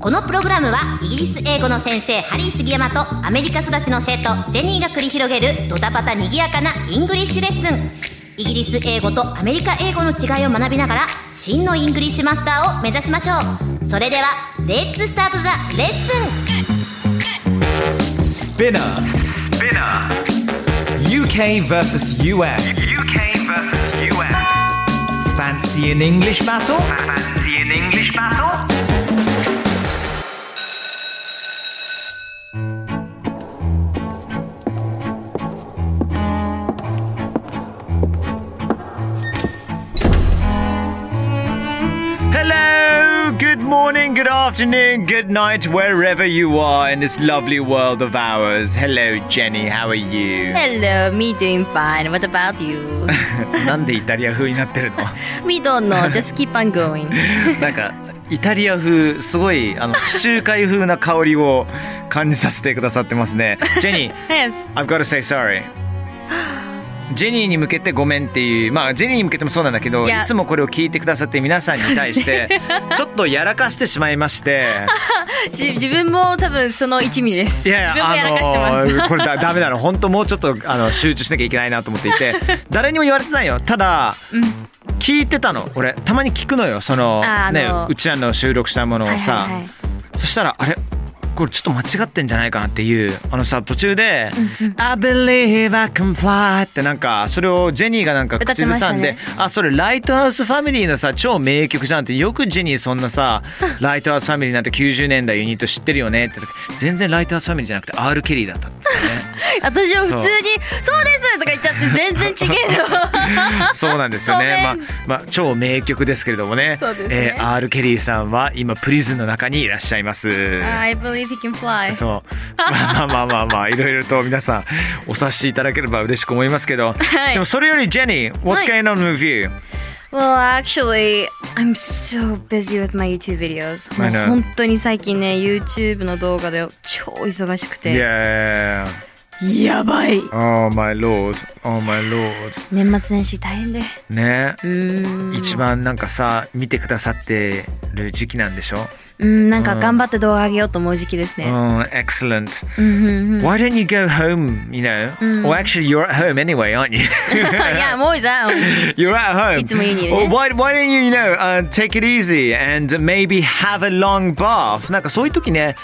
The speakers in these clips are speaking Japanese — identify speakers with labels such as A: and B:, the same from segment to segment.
A: このプログラムはイギリス英語の先生ハリー杉山とアメリカ育ちの生徒ジェニーが繰り広げるドタパタにぎやかなイングリッシュレッスンイギリス英語とアメリカ英語の違いを学びながら真のイングリッシュマスターを目指しましょうそれではレッツスタートザレッスン
B: Spinner. Spinner. UK versus US.
C: UK versus US.
B: Fancy an English battle?
C: Fancy an English battle?
B: Hello, good morning, good afternoon, good night, wherever you are in this lovely world of ours. Hello, Jenny, how are you?
D: Hello, me doing fine. What about you?
B: なんでイタリア風になってるの
D: We don't know. Just keep on going.
B: なんかイタリア風すごいあの地中海風な香りを感じさせてくださってますね。ジェニー
D: Yes.
B: I've got to say sorry. ジェニーに向けてごめんっていうまあジェニーに向けてもそうなんだけど
D: い
B: い
D: や
B: つもこれを聞いてくださって皆さんに対して ちょっとやらかしてしまいま して
D: じ自分も多分その一味です。
B: いやいや
D: 自分もやらかして
B: あ
D: ま
B: の
D: す。
B: ーこれだダメなの本当もうちょっとあの集中しなきゃいけないなと思ってい て誰にも言われてないよただ、聞いてたの俺たまに聞くのよその、
D: ああの
B: ねうちらの収録したものをさ、
D: はいはいはい
B: そしたらあれこれちょっと間違ってんじゃないかなっていうあのさ途中で「I believe I can fly」ってなんかそれをジェニーがなんか
D: 歌っ
B: 口
D: て
B: ず
D: ました
B: さ
D: ね
B: んで、あそれライトハウスファミリーのさ超名曲じゃんってよくジェニーそんな さライトハウスファミリーなんて90年代ユニット知ってるよねって全然ライトハウスファミリーじゃなくて R ・ケリーだった ってね
D: 私は普通に「そうです!」とか言っちゃって全然ちげえ の
B: そうなんですよねまあ
D: ごめん、
B: まあ、超名曲ですけれどもね
D: そうですね
B: えー R ・ケリーさんは今プリズンの中にいらっしゃいます。
D: I believe he can fly
B: そう。まあまあまあまあまあ、いろいろと皆さんお察しいただければ嬉しく思いますけど。
D: はい
B: でもそれよりジェニー、What's
D: はい
B: going on with you?
D: Well actually I'm so busy with my YouTube videos も
B: I know.
D: う本当に最近ね YouTube の動画で超忙しくて
B: Yeah.
D: やばい
B: Oh my lord. Oh my lord.
D: 年末年始大変で
B: ね。
D: うーん
B: 一番なんかさ見てくださってる時期なんでしょ、
D: うんなんか
B: うん
D: 頑張って動画上げようと思う時期です
B: う
D: ね
B: ん、excellent.
D: うんうん うん
B: Why don't you go home, you know?
D: うん
B: Or actually, you're at home anyway, aren't you?
D: いやもうじゃん
B: You're at home.
D: いつも家にいるね
B: Or why, why don't you, you know, uh, take it easy and maybe have a long bath? なんかそういう時ね、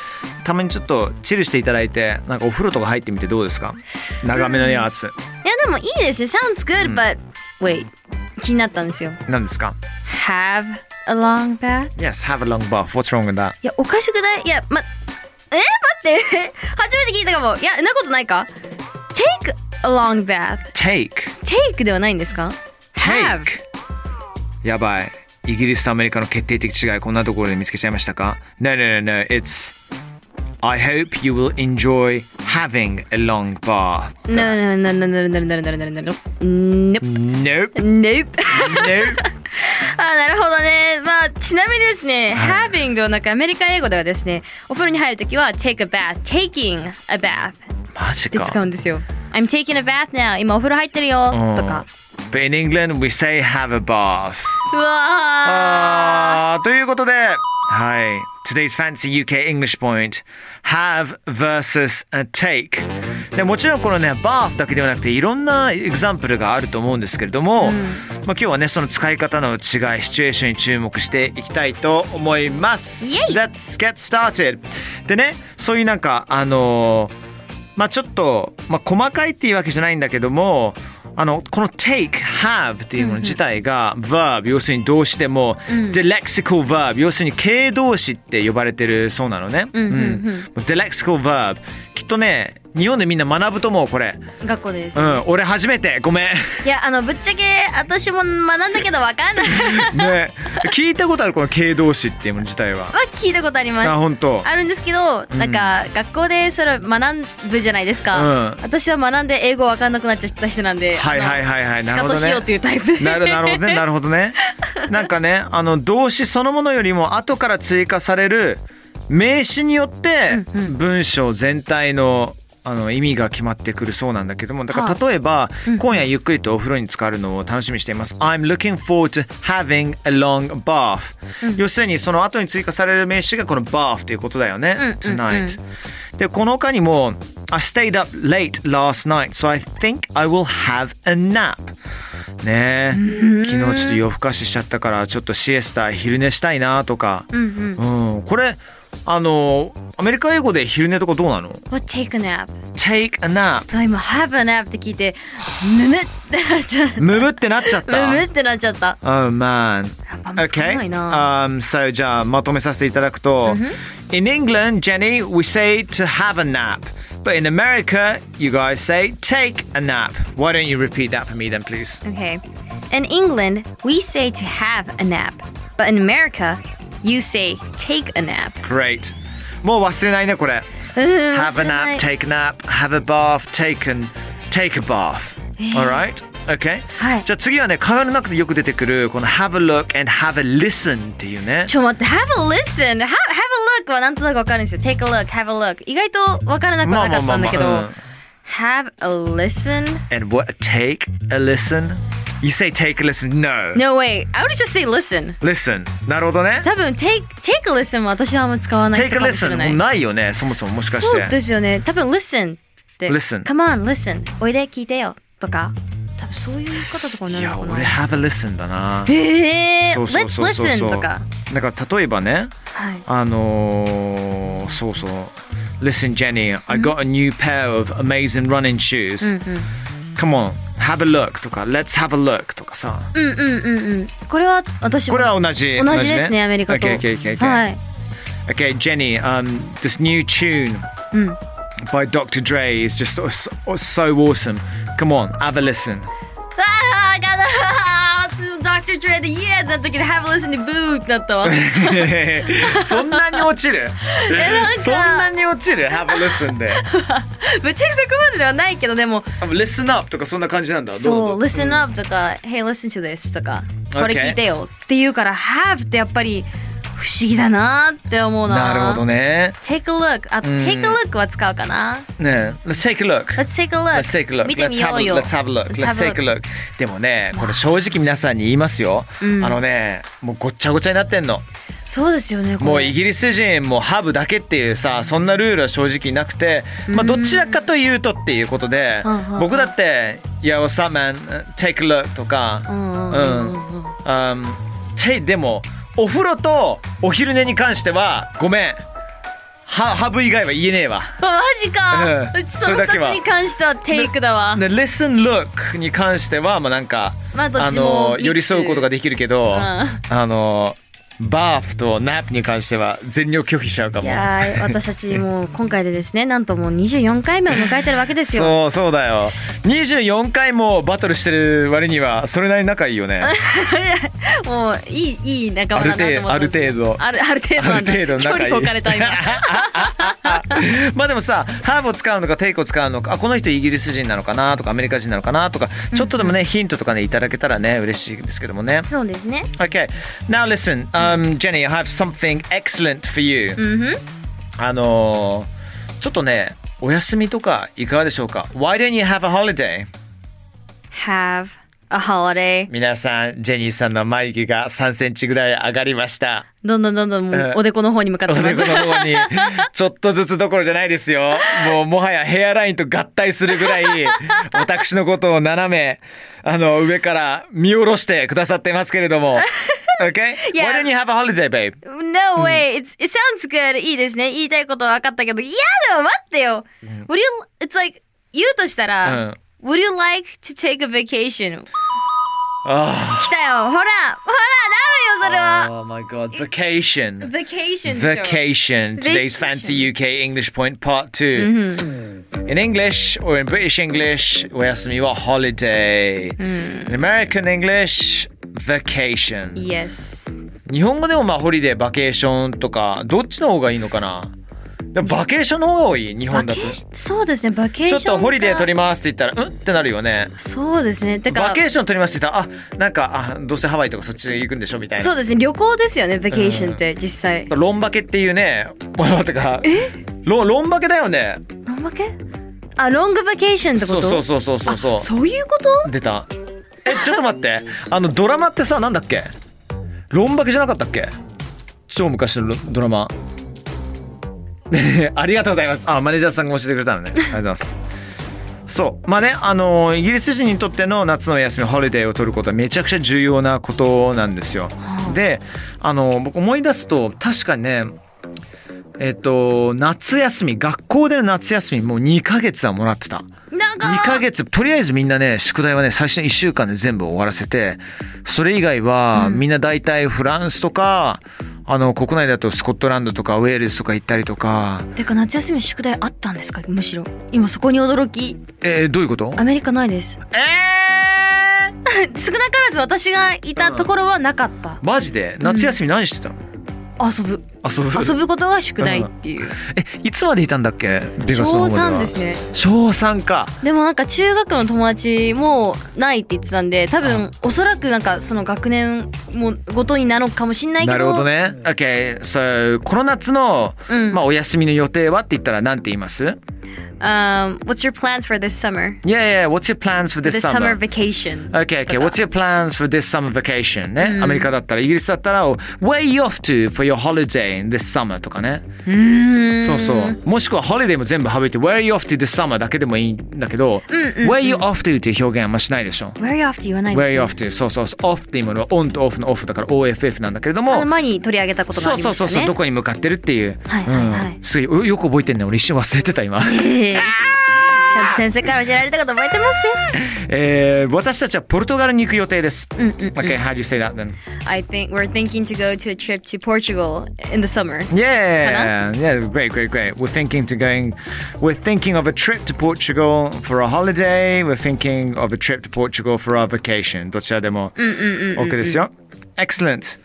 B: たまにちょっとチルしていただいて、なんかお風呂とか入ってみてどうですか長めのやつ。
D: いやでもいいですね sounds good、but wait 気になったんですよ
B: 何ですか
D: have a long bath
B: ?Yes, have a long bath. What's wrong with that?
D: いやおかしくないいやまえ待って 初めて聞いたかもいやんなことないか take a long bath
B: Take.
D: take ではないんですか
B: Take.
D: have
B: やばい。イギリスとアメリカの決定的違い、こんなところで見つけちゃいましたか ?No, no, no, no. It's I hope you will enjoy having a long bath.
D: no no no no no no no no no no no no nope
B: Nope. Nope.
D: nope あなるほどねまあちなみにですね、
B: はい
D: having ではなくアメリカ英語ではですねお風呂に入るときは take a bath taking a bath
B: マジ
D: で
B: か。
D: 使うんですよ I'm taking a bath now 今お風呂入ってるよとか
B: But in England, we say have a bath.
D: うわ
B: あーということで、はい。Today's Fancy UK English Point Have versus a Take でもちろんこのねバーフだけではなくていろんなエグザンプルがあると思うんですけれども、まあ、今日はねその使い方の違いシチュエーションに注目していきたいと思います
D: イエイ
B: Let's get started でねそういうなんかあのーまあちょっと、まあ、細かいっていうわけじゃないんだけどもあのこの take have っていうもの自体が verb 要するに動詞でも、dilexical verb 要するに形動詞って呼ばれてるそうなのね。
D: うんうんうん
B: dilexical verb きっとね日本でみんな学ぶと思うこれ。
D: 学校です
B: う。ん俺初めてごめん。
D: いやあのぶっちゃけ私も学んだけどわかんない
B: ね聞いたことあるこの形動詞っていうもの自体は。
D: は聞いたことあります
B: あ本当。
D: あるんですけどなんか学校でそれ学ぶじゃないですか、
B: うん
D: 私は学んで英語わかんなくなっちゃった人なんで
B: はいはいはいはい
D: 仕
B: なるほど
D: 方
B: ね
D: しようっていうタイプで
B: なるなるほどねなるほどねなんかねあの動詞そのものよりも後から追加される名詞によって文章全体のあの意味が決まってくるそうなんだけどもだから例えば、今夜ゆっくりとお風呂に浸かるのを楽しみにしています I'm looking forward to having a long bath、要するにその後に追加される名詞がこの bath ということだよね、
D: うんうん
B: tonight、でこの他にも I stayed up late last night so I think I will have a nap ねえ昨日ちょっと夜更かししちゃったからちょっとシエスタ昼寝したいなとか、
D: うんうん
B: うん、これあのアメリカ英語で昼寝とかどうなの
D: What take a nap?
B: ?Take a nap
D: あ今 have a nap って聞いてむむってなっちゃっ
B: むむってなっちゃったた
D: むむってなっちゃった
B: Oh man
D: やっぱあんまつか
B: Okay.
D: ないな
B: Um, so, じゃあまとめさせていただくと、In
D: Mm-hmm.
B: England, Jenny, we say to have a nap. But in America, you guys say take a nap. Why don't you repeat that for me then, please?
D: Okay In England we say to have a nap But in America you say take a nap
B: Great. もう忘れないね、これ。have a nap, take a nap, have a bath, taken, take a bath.
D: Eh。
B: Alright? Okay?
D: はい
B: じゃあ次はね、会話の中でよく出てくる、この have a look and have a listen っていうね。
D: ちょ待って Have a listen Have, have a look はなんとなくわかるんですよ Take a look Have a look 意外とわからなくはなかったんだけど、
B: まあまあまあ
D: Have a listen
B: And what, take a listen? You say take a listen?
D: No way I would just say listen
B: Listen なるほどね
D: 多分 take, take a listen は私はあんま使わない
B: Take
D: 人
B: a
D: かもしれ
B: listen
D: ない
B: もうないよねそもそももしかして
D: そうですよね多分 listen って
B: Listen
D: Come on listen おいで聞いてよとか多分そういう方とかにないる
B: や
D: のか
B: 俺
D: な
B: have a listen だな
D: えー、
B: そうそう
D: Let's
B: そうそう
D: listen
B: そう
D: とか
B: だから例えばね
D: はい
B: あのーそうそう Listen Jenny I got a new pair of amazing running shoes、Come
D: Mm-hmm.
B: on have a look とか Let's have a look とかさ
D: うんうんうんうんこれは私も
B: これは同じ
D: 同じですねアメリカと
B: OK OK OK OK
D: はい
B: Okay, Jenny, um, this new tune
D: Mm.
B: by Dr. Dre is just so, so awesome. Come on, have a listen.
D: ああ、ガダ Dr. Dre で Yeah! ってなったけど Have a listen to Boo! ってなっ たわ。
B: そんなに落ちる
D: なんか
B: そんなに落ちる Have a listen で。
D: ぶっちゃけそこまでではないけど、でも、
B: 多分 Listen up とかそんな感じなんだ。ど
D: そう、
B: うぞ
D: Listen up とか、Hey, listen to this とか、
B: Okay
D: これ聞いてよって言うから、Have ってやっぱり不思議だなって思うな。
B: なるほど。ね。
D: Take a look. あ、Take a look は使うかな。
B: ねえ Let's take a look.
D: Let's take a look.
B: Let's take a look.
D: 見て
B: Let's
D: み
B: have
D: よ
B: a
D: うよ。
B: look. Let's have a look. Let's take a look. でもね、これ正直皆さんに言いますよ。あのね、もうごっちゃごちゃになってんの。
D: そうですよね、これ
B: もうイギリス人もハブだけっていうさそんなルールは正直なくて、まあ、どちらかというとっていうことで、
D: うんうんうん
B: 僕だって「Yo, what's up, man? Take a look」とか「
D: んうん
B: う
D: う
B: ん
D: んうん
B: うん Take- でもお風呂とお昼寝に関してはごめんハハブ以外は言えねえわ。
D: あマジか、
B: うん
D: うちその
B: それだけは
D: 2つに関しては Take だわ。
B: で「Listen, look」に関してはまあなんか、
D: まあどっちも
B: の
D: ミックス
B: 寄り添うことができるけど、
D: ん
B: あのバーフとナップに関しては全量拒否しちゃうかも
D: い。やー私たちもう今回でですねなんともう24回目を迎えてるわけですよ。
B: そうそうだよ24回もバトルしてる割にはそれなりに仲いいよ ね
D: もういいいい仲
B: あ
D: 間
B: る
D: だなと思っ
B: 程
D: て
B: 度ある程度
D: あるある程度
B: あ
D: なんだ
B: る程度
D: 距
B: 仲いい
D: 離を置かれた今
B: まあでもさハーブを使うのかテイクを使うのかあこの人イギリス人なのかなとかアメリカ人なのかなとかちょっとでもね、ヒントとかねいただけたらね嬉しいですけどもね
D: そうですね
B: Okay, now listen, um, Jenny, I have something excellent for you. あのーちょっとねお休みとかいかがでしょうか Why don't you have a holiday?
D: Have a holiday
B: 皆さんジェニーさんの眉毛が3センチぐらい上がりました
D: どんどんどんどんも
B: え
D: うおでこの方に向かっ
B: お
D: てま
B: ですこの方にちょっとずつどころじゃないですよもうもはやヘアラインと合体するぐらい私のことを斜めあの上から見下ろしてくださってますけれども Okay?
D: Yeah.
B: Why don't you have a holiday, babe?
D: No way it's, it sounds good いいですね言いたいことは分かったけどいやでも待ってよ、Would you it's like 言うとしたら、
B: うん
D: Would you like to take a vacation?
B: あ
D: 来たよほらほらなるよそれ
B: あ。
D: は
B: Oh my god. Vacation.
D: Vacation でしょ
B: Vacation. Today's fancy UK English point part 2 In English or in British English, お休みは holiday. In American English, vacation.
D: Yes
B: 日本語でもまあホリデー、バケーションとか、どっちの方がいいのかなでもバケーションの方が多い、日
D: バ
B: 本だ
D: ケ
B: と。
D: そうですねバケーシ
B: ち
D: ョ
B: ょ
D: ン
B: っとホリデー取り
D: ま
B: ますって言ったら、うんってなるよね。
D: そうですねだから
B: バケーション取りますって言ったら、あ、なんか、あ、どうせハワイとかそっち行くんでしょみたいな。
D: そうですね旅行ですよねバケーションって実際
B: ロンバケっていうね、 ものとか。ロロンバケだよね。
D: ロンバケあロングバケーションってこ
B: そう
D: と
B: そうそうそうそうそう
D: あそういうこと
B: 出た。え、ちょっと待って。あのドラマってさ、なんだっけ？ロンバケじゃなかったっけ？超昔のロドラマ。 ありがとうございます。あ、マネージャーさんが教えてくれたのね。ありがとうございます。そうまあねあのイギリス人にとっての夏の休みホリデーを取ることはめちゃくちゃ重要なことなんですよ。であの僕思い出すと確かねえっと夏休み学校での夏休みもう2ヶ月はもらってた。2ヶ月とりあえずみんなね宿題はね最初の1週間で全部終わらせてそれ以外はみんな大体フランスとか、あの国内だとスコットランドとかウェールズとか行ったりとか
D: てか夏休み宿題あったんですかむしろ今そこに驚き
B: えーどういうこと
D: アメリカないです
B: えー、
D: 少なからず私がいたところはなかった
B: マジで夏休み何してたの、
D: 遊ぶ
B: 遊ぶ
D: 遊ぶことが宿題っていう
B: えいつまでいたんだっけベ
D: 小
B: ガスの方では
D: 3ですね
B: 小三か
D: でもなんか中学の友達もないって言ってたんで多分おそらくなんかその学年もごとになのかもしんないけど
B: なるほどね OK so この夏の、
D: うん
B: まあ、お休みの予定はって言ったら何て言います
D: Um, what's your plans for this summer?
B: Yeah yeah what's your plans for this
D: This summer
B: summer
D: vacation.
B: Okay, okay.
D: とか
B: What's your plans for this summer vacation? ね、アメリカだったら、イギリスだったら、Where are you off to for your holiday in this summer? とかね。そうそう。もしくは、holiday も全部省いて、Where are you off to this summer? だけでもいいんだけど、Where are you off to っていう表現あんましないでしょ。
D: Where are you off って言わない
B: Where
D: で
B: are
D: す
B: you off
D: ね
B: to? そうそうそう。off っていうものは、on と off の off だから OFF なんだけれども
D: あの、前に取り上げたことが
B: そ
D: あ
B: う
D: り
B: そ
D: ま
B: う
D: した
B: そうそ
D: ね。
B: う、どこに向かってるっていう。
D: はいはいはい
B: うんすごい、よく覚えてんね。俺一瞬忘れてた、今。
D: ええちゃんと先生から教えられたこと覚えてますね。
B: えー、私たちはポルトガルに行く予定です。Okay, how do you say that then?
D: I think we're thinking to go to a trip to Portugal in the summer.
B: Yeah, yeah, great, great, great. We're thinking to going. We're thinking of a trip to Portugal for a holiday. We're thinking of a trip to Portugal for our vacation. どちらでも OK ですよ。Excellent.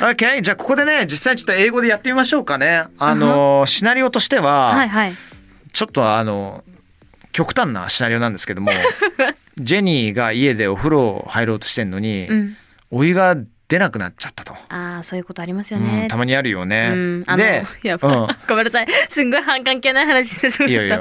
B: OK, じゃあここでね、実際ちょっと英語でやってみましょうかね。あの、シナリオとしては、
D: はいはい。
B: ちょっとあの極端なシナリオなんですけ どもジェニーが家でお風呂入ろうとしてんのに、お湯が出なくなっちゃったと。
D: ああ、そういうことありますよ
B: うん
D: ね
B: た。まにあるよね。
D: うん、あの、
B: で
D: やばい、
B: うん
D: ごめんなさい。すんごい半関係ない話するんだ
B: いやいや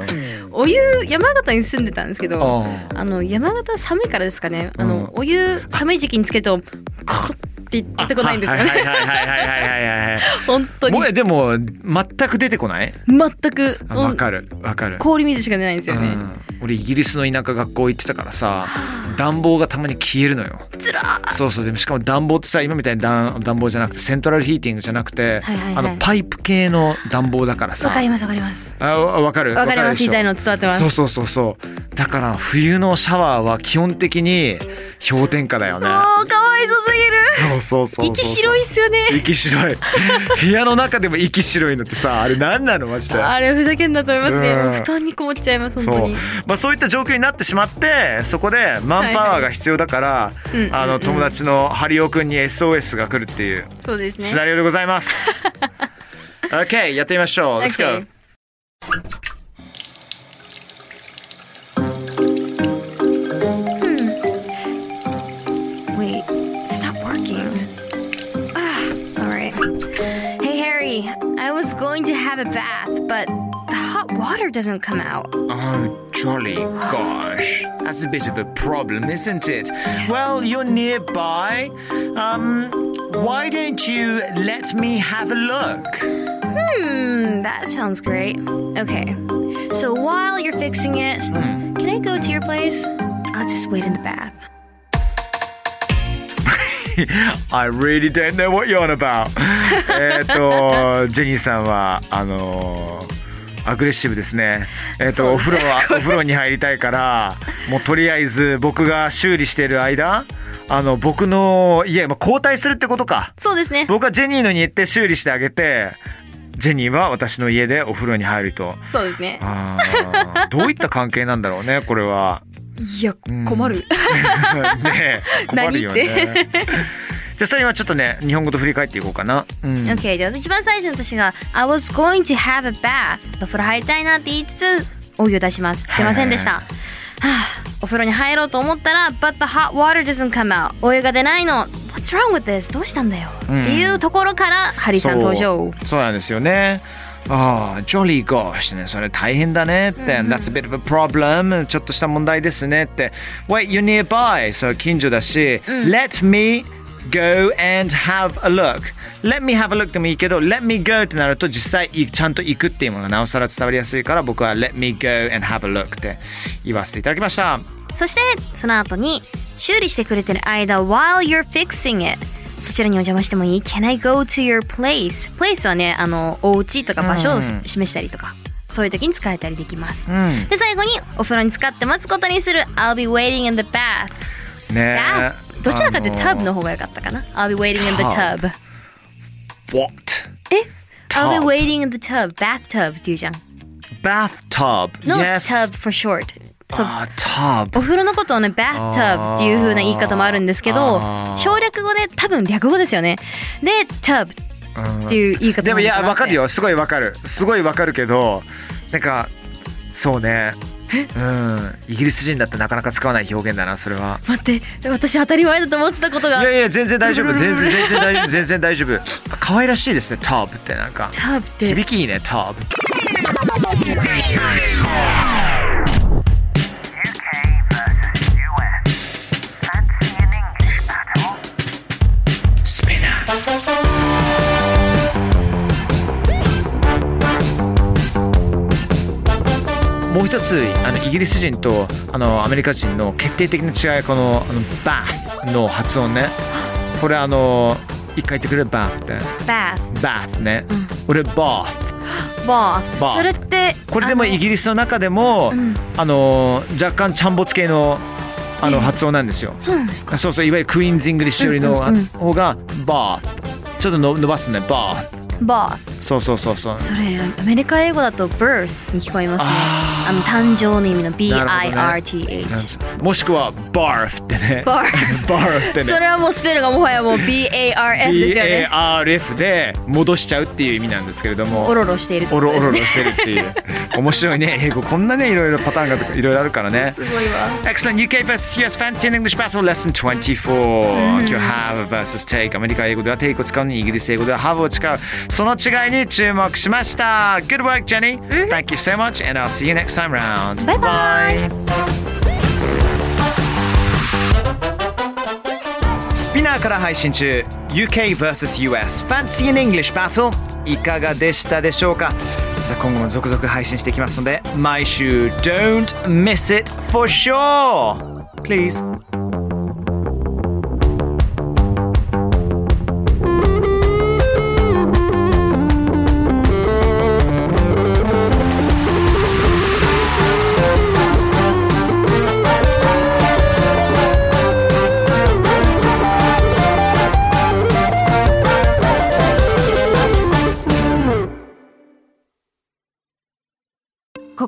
D: お湯、山形に住んでたんですけど、
B: あ
D: あの、山形寒いからですかね。あの、
B: うん
D: お湯、寒い時期につけると、コッって出てこないんですよ
B: はいはい
D: ね。
B: はいはいはいはいはい。
D: 本当に
B: も。うでも全く出てこない。
D: 全く、
B: あ
D: う
B: わ
D: ん
B: かるわかる。
D: 氷水しか出ないんですよ
B: う
D: ね。
B: ん俺イギリスの田舎学校行ってたからさ暖房がたまに消えるのよ
D: つらー
B: そうそうでもしかも暖房ってさ今みたいに暖暖房じゃなくてセントラルヒーティングじゃなくて、
D: はいはいはい
B: あのパイプ系の暖房だからさ
D: わかりますわかります。
B: あわわかる
D: わかります
B: でしょ
D: 言いたいの伝わってます
B: そうそうそうそうだから冬のシャワーは基本的に氷点下だよね
D: もうかわいそうすぎる。
B: そうそうそうそう
D: 息白いっすよ ね。
B: 息白い部屋の中でも息白いのってさあれ何なのマジで
D: あれふざけんなと思いますね。
B: うん
D: もう布団にこもっちゃいます本
B: そ
D: 当
B: う
D: に。、
B: まあ、そういった状況になってしまってそこでマンパワーが必要だから、
D: いうんうん
B: あの友達のハリオくんに SOS が来るっていう
D: そうですね
B: シ。ナリオでござい ます。OK やってみましょう。Let's go
D: Okay. Hmm. Wait, it's not working. Ah, all right. Hey, Harry, I was going to have a bath, but the hot water doesn't come out.
B: Oh, jolly gosh. That's a bit of a problem, isn't it? Well, you're nearby. Um, why don't you let me have a look?
D: Hmm, that sounds great. Okay, so while you're fixing it,
B: Hmm.
D: can I go to your place? I'll just wait in the bath.
B: I really don't know what you're on about. えっと、ジェニーさんは、あのーアグレッシブですね。えっ、
D: そ
B: と、
D: う
B: お風呂 は、お風呂に入りたいから、もうとりあえず僕が修理してる間、あの、僕の家、まあ、交代するってことか。
D: そうですね。
B: 僕はジェニーのに行って修理してあげて、ジェニーは私の家でお風呂に入ると。
D: そうですね。
B: あーどういった関係なんだろうね、これは。
D: いや、
B: ん
D: 困る。
B: ねえ、困るよ
D: 何
B: ね。じゃあそれはちょっとね、日本語と振り返っていこうかな。 うん。
D: OK、で一番最初の私が「I was going to have a bath」お風呂入りたいなって言いつつお湯を出します出ませんでした、はあ、お風呂に入ろうと思ったら「But the hot water doesn't come out」お湯が出ないの「What's wrong with this? どうしたんだよ」
B: ん
D: っていうところからハリーさん登場
B: そうそうなんですよねああ、ジョリーゴーしてね、それ大変だねって、That's a bit of a problem ちょっとした問題ですねって、Wait, you're nearby そう近所だし、Let me go and have a look Let me have a look でもいいけど Let me go ってなると実際いちゃんと行くっていうものがなおさら伝わりやすいから僕は Let me go and have a look って言わせていただきました
D: そしてその後に修理してくれてる間 while you're fixing it そちらにお邪魔してもいい Can I go to your place? place はねあのお家とか場所をし示したりとかそういう時に使えたりできます、
B: ん
D: で最後にお風呂に使って待つことにする I'll be waiting in the bath
B: ね
D: bath どちらかというと
B: あ
D: tub の方が良かったかな I'll be waiting in the
B: tub
D: tub
B: What?
D: え I'll
B: Tub
D: be waiting in the tub bathtub っていうじゃん
B: Bathtub
D: No
B: Yes
D: tub for short そう
B: あー Tub
D: お風呂のことをね、バッタブっていう風な言い方もあるんですけど
B: あー、
D: 省略語で多分略語ですよね。で、タブっていう言い方
B: でもいやわかる
D: よ。
B: よすごいわかるすごいわかるけどなんかそうねうんイギリス人だってなかなか使わない表現だなそれは
D: 待って、私当たり前だと思ってたこと
B: い
D: が
B: や、いや全然大丈夫全然全然大丈夫全然大丈夫可愛らしいですねターブってなん か
D: タブって。
B: 響きいいねターブ
C: UK versus US. Fancy an English battle?
B: スピナーもう一つあのイギリス人とあのアメリカ人の決定的な違いはこのあのバーの発音ねこれあの一回言ってくれるバーって
D: バ
B: バーね、俺バー
D: ー、
B: バ
D: バ
B: ー
D: ー。それって、
B: これでも
D: あの
B: イギリスの中でもあの、若干ちゃんぼつ系のあの発音なんですよ、
D: そうなんですか。
B: あそうそういわゆるクイーンズ・イングリッシュよりの
D: うんうんうん
B: 方がバーちょっとの伸ばすねバー
D: バー。
B: そうそうそうそう
D: それ、アメリカ英語だと birth に聞こえますね。あの、誕生の意味の
B: なる
D: B-I-R-T-H。
B: もしくは barf ってね
D: barf
B: barf ってね
D: それはもうスペルがもはやもう B-A-R-F ですよね。
B: BARF で戻しちゃうっていう意味なんですけれども
D: おろろしているって
B: お
D: こと
B: ろ
D: で
B: お
D: すね
B: ろおろしてるっていう 面白いね英語こんなねいろいろパターンがいろいろあるからね
D: すごいわ。
B: Excellent UK vs US Fancy and English Battle Lesson 24、今日 Have vs Take アメリカ英語では Take を使うのにイギリス英語では Have を使うその違いに注目しました Good work Jenny、Thank you so much and I'll see you next time round
D: バイバイ
B: Bye. スピナーから配信中 UK vs.US Fancy in English Battle いかがでしたでしょうかさあ今後も続々配信していきますので毎週 Don't miss it for sure Please
E: Spotify こ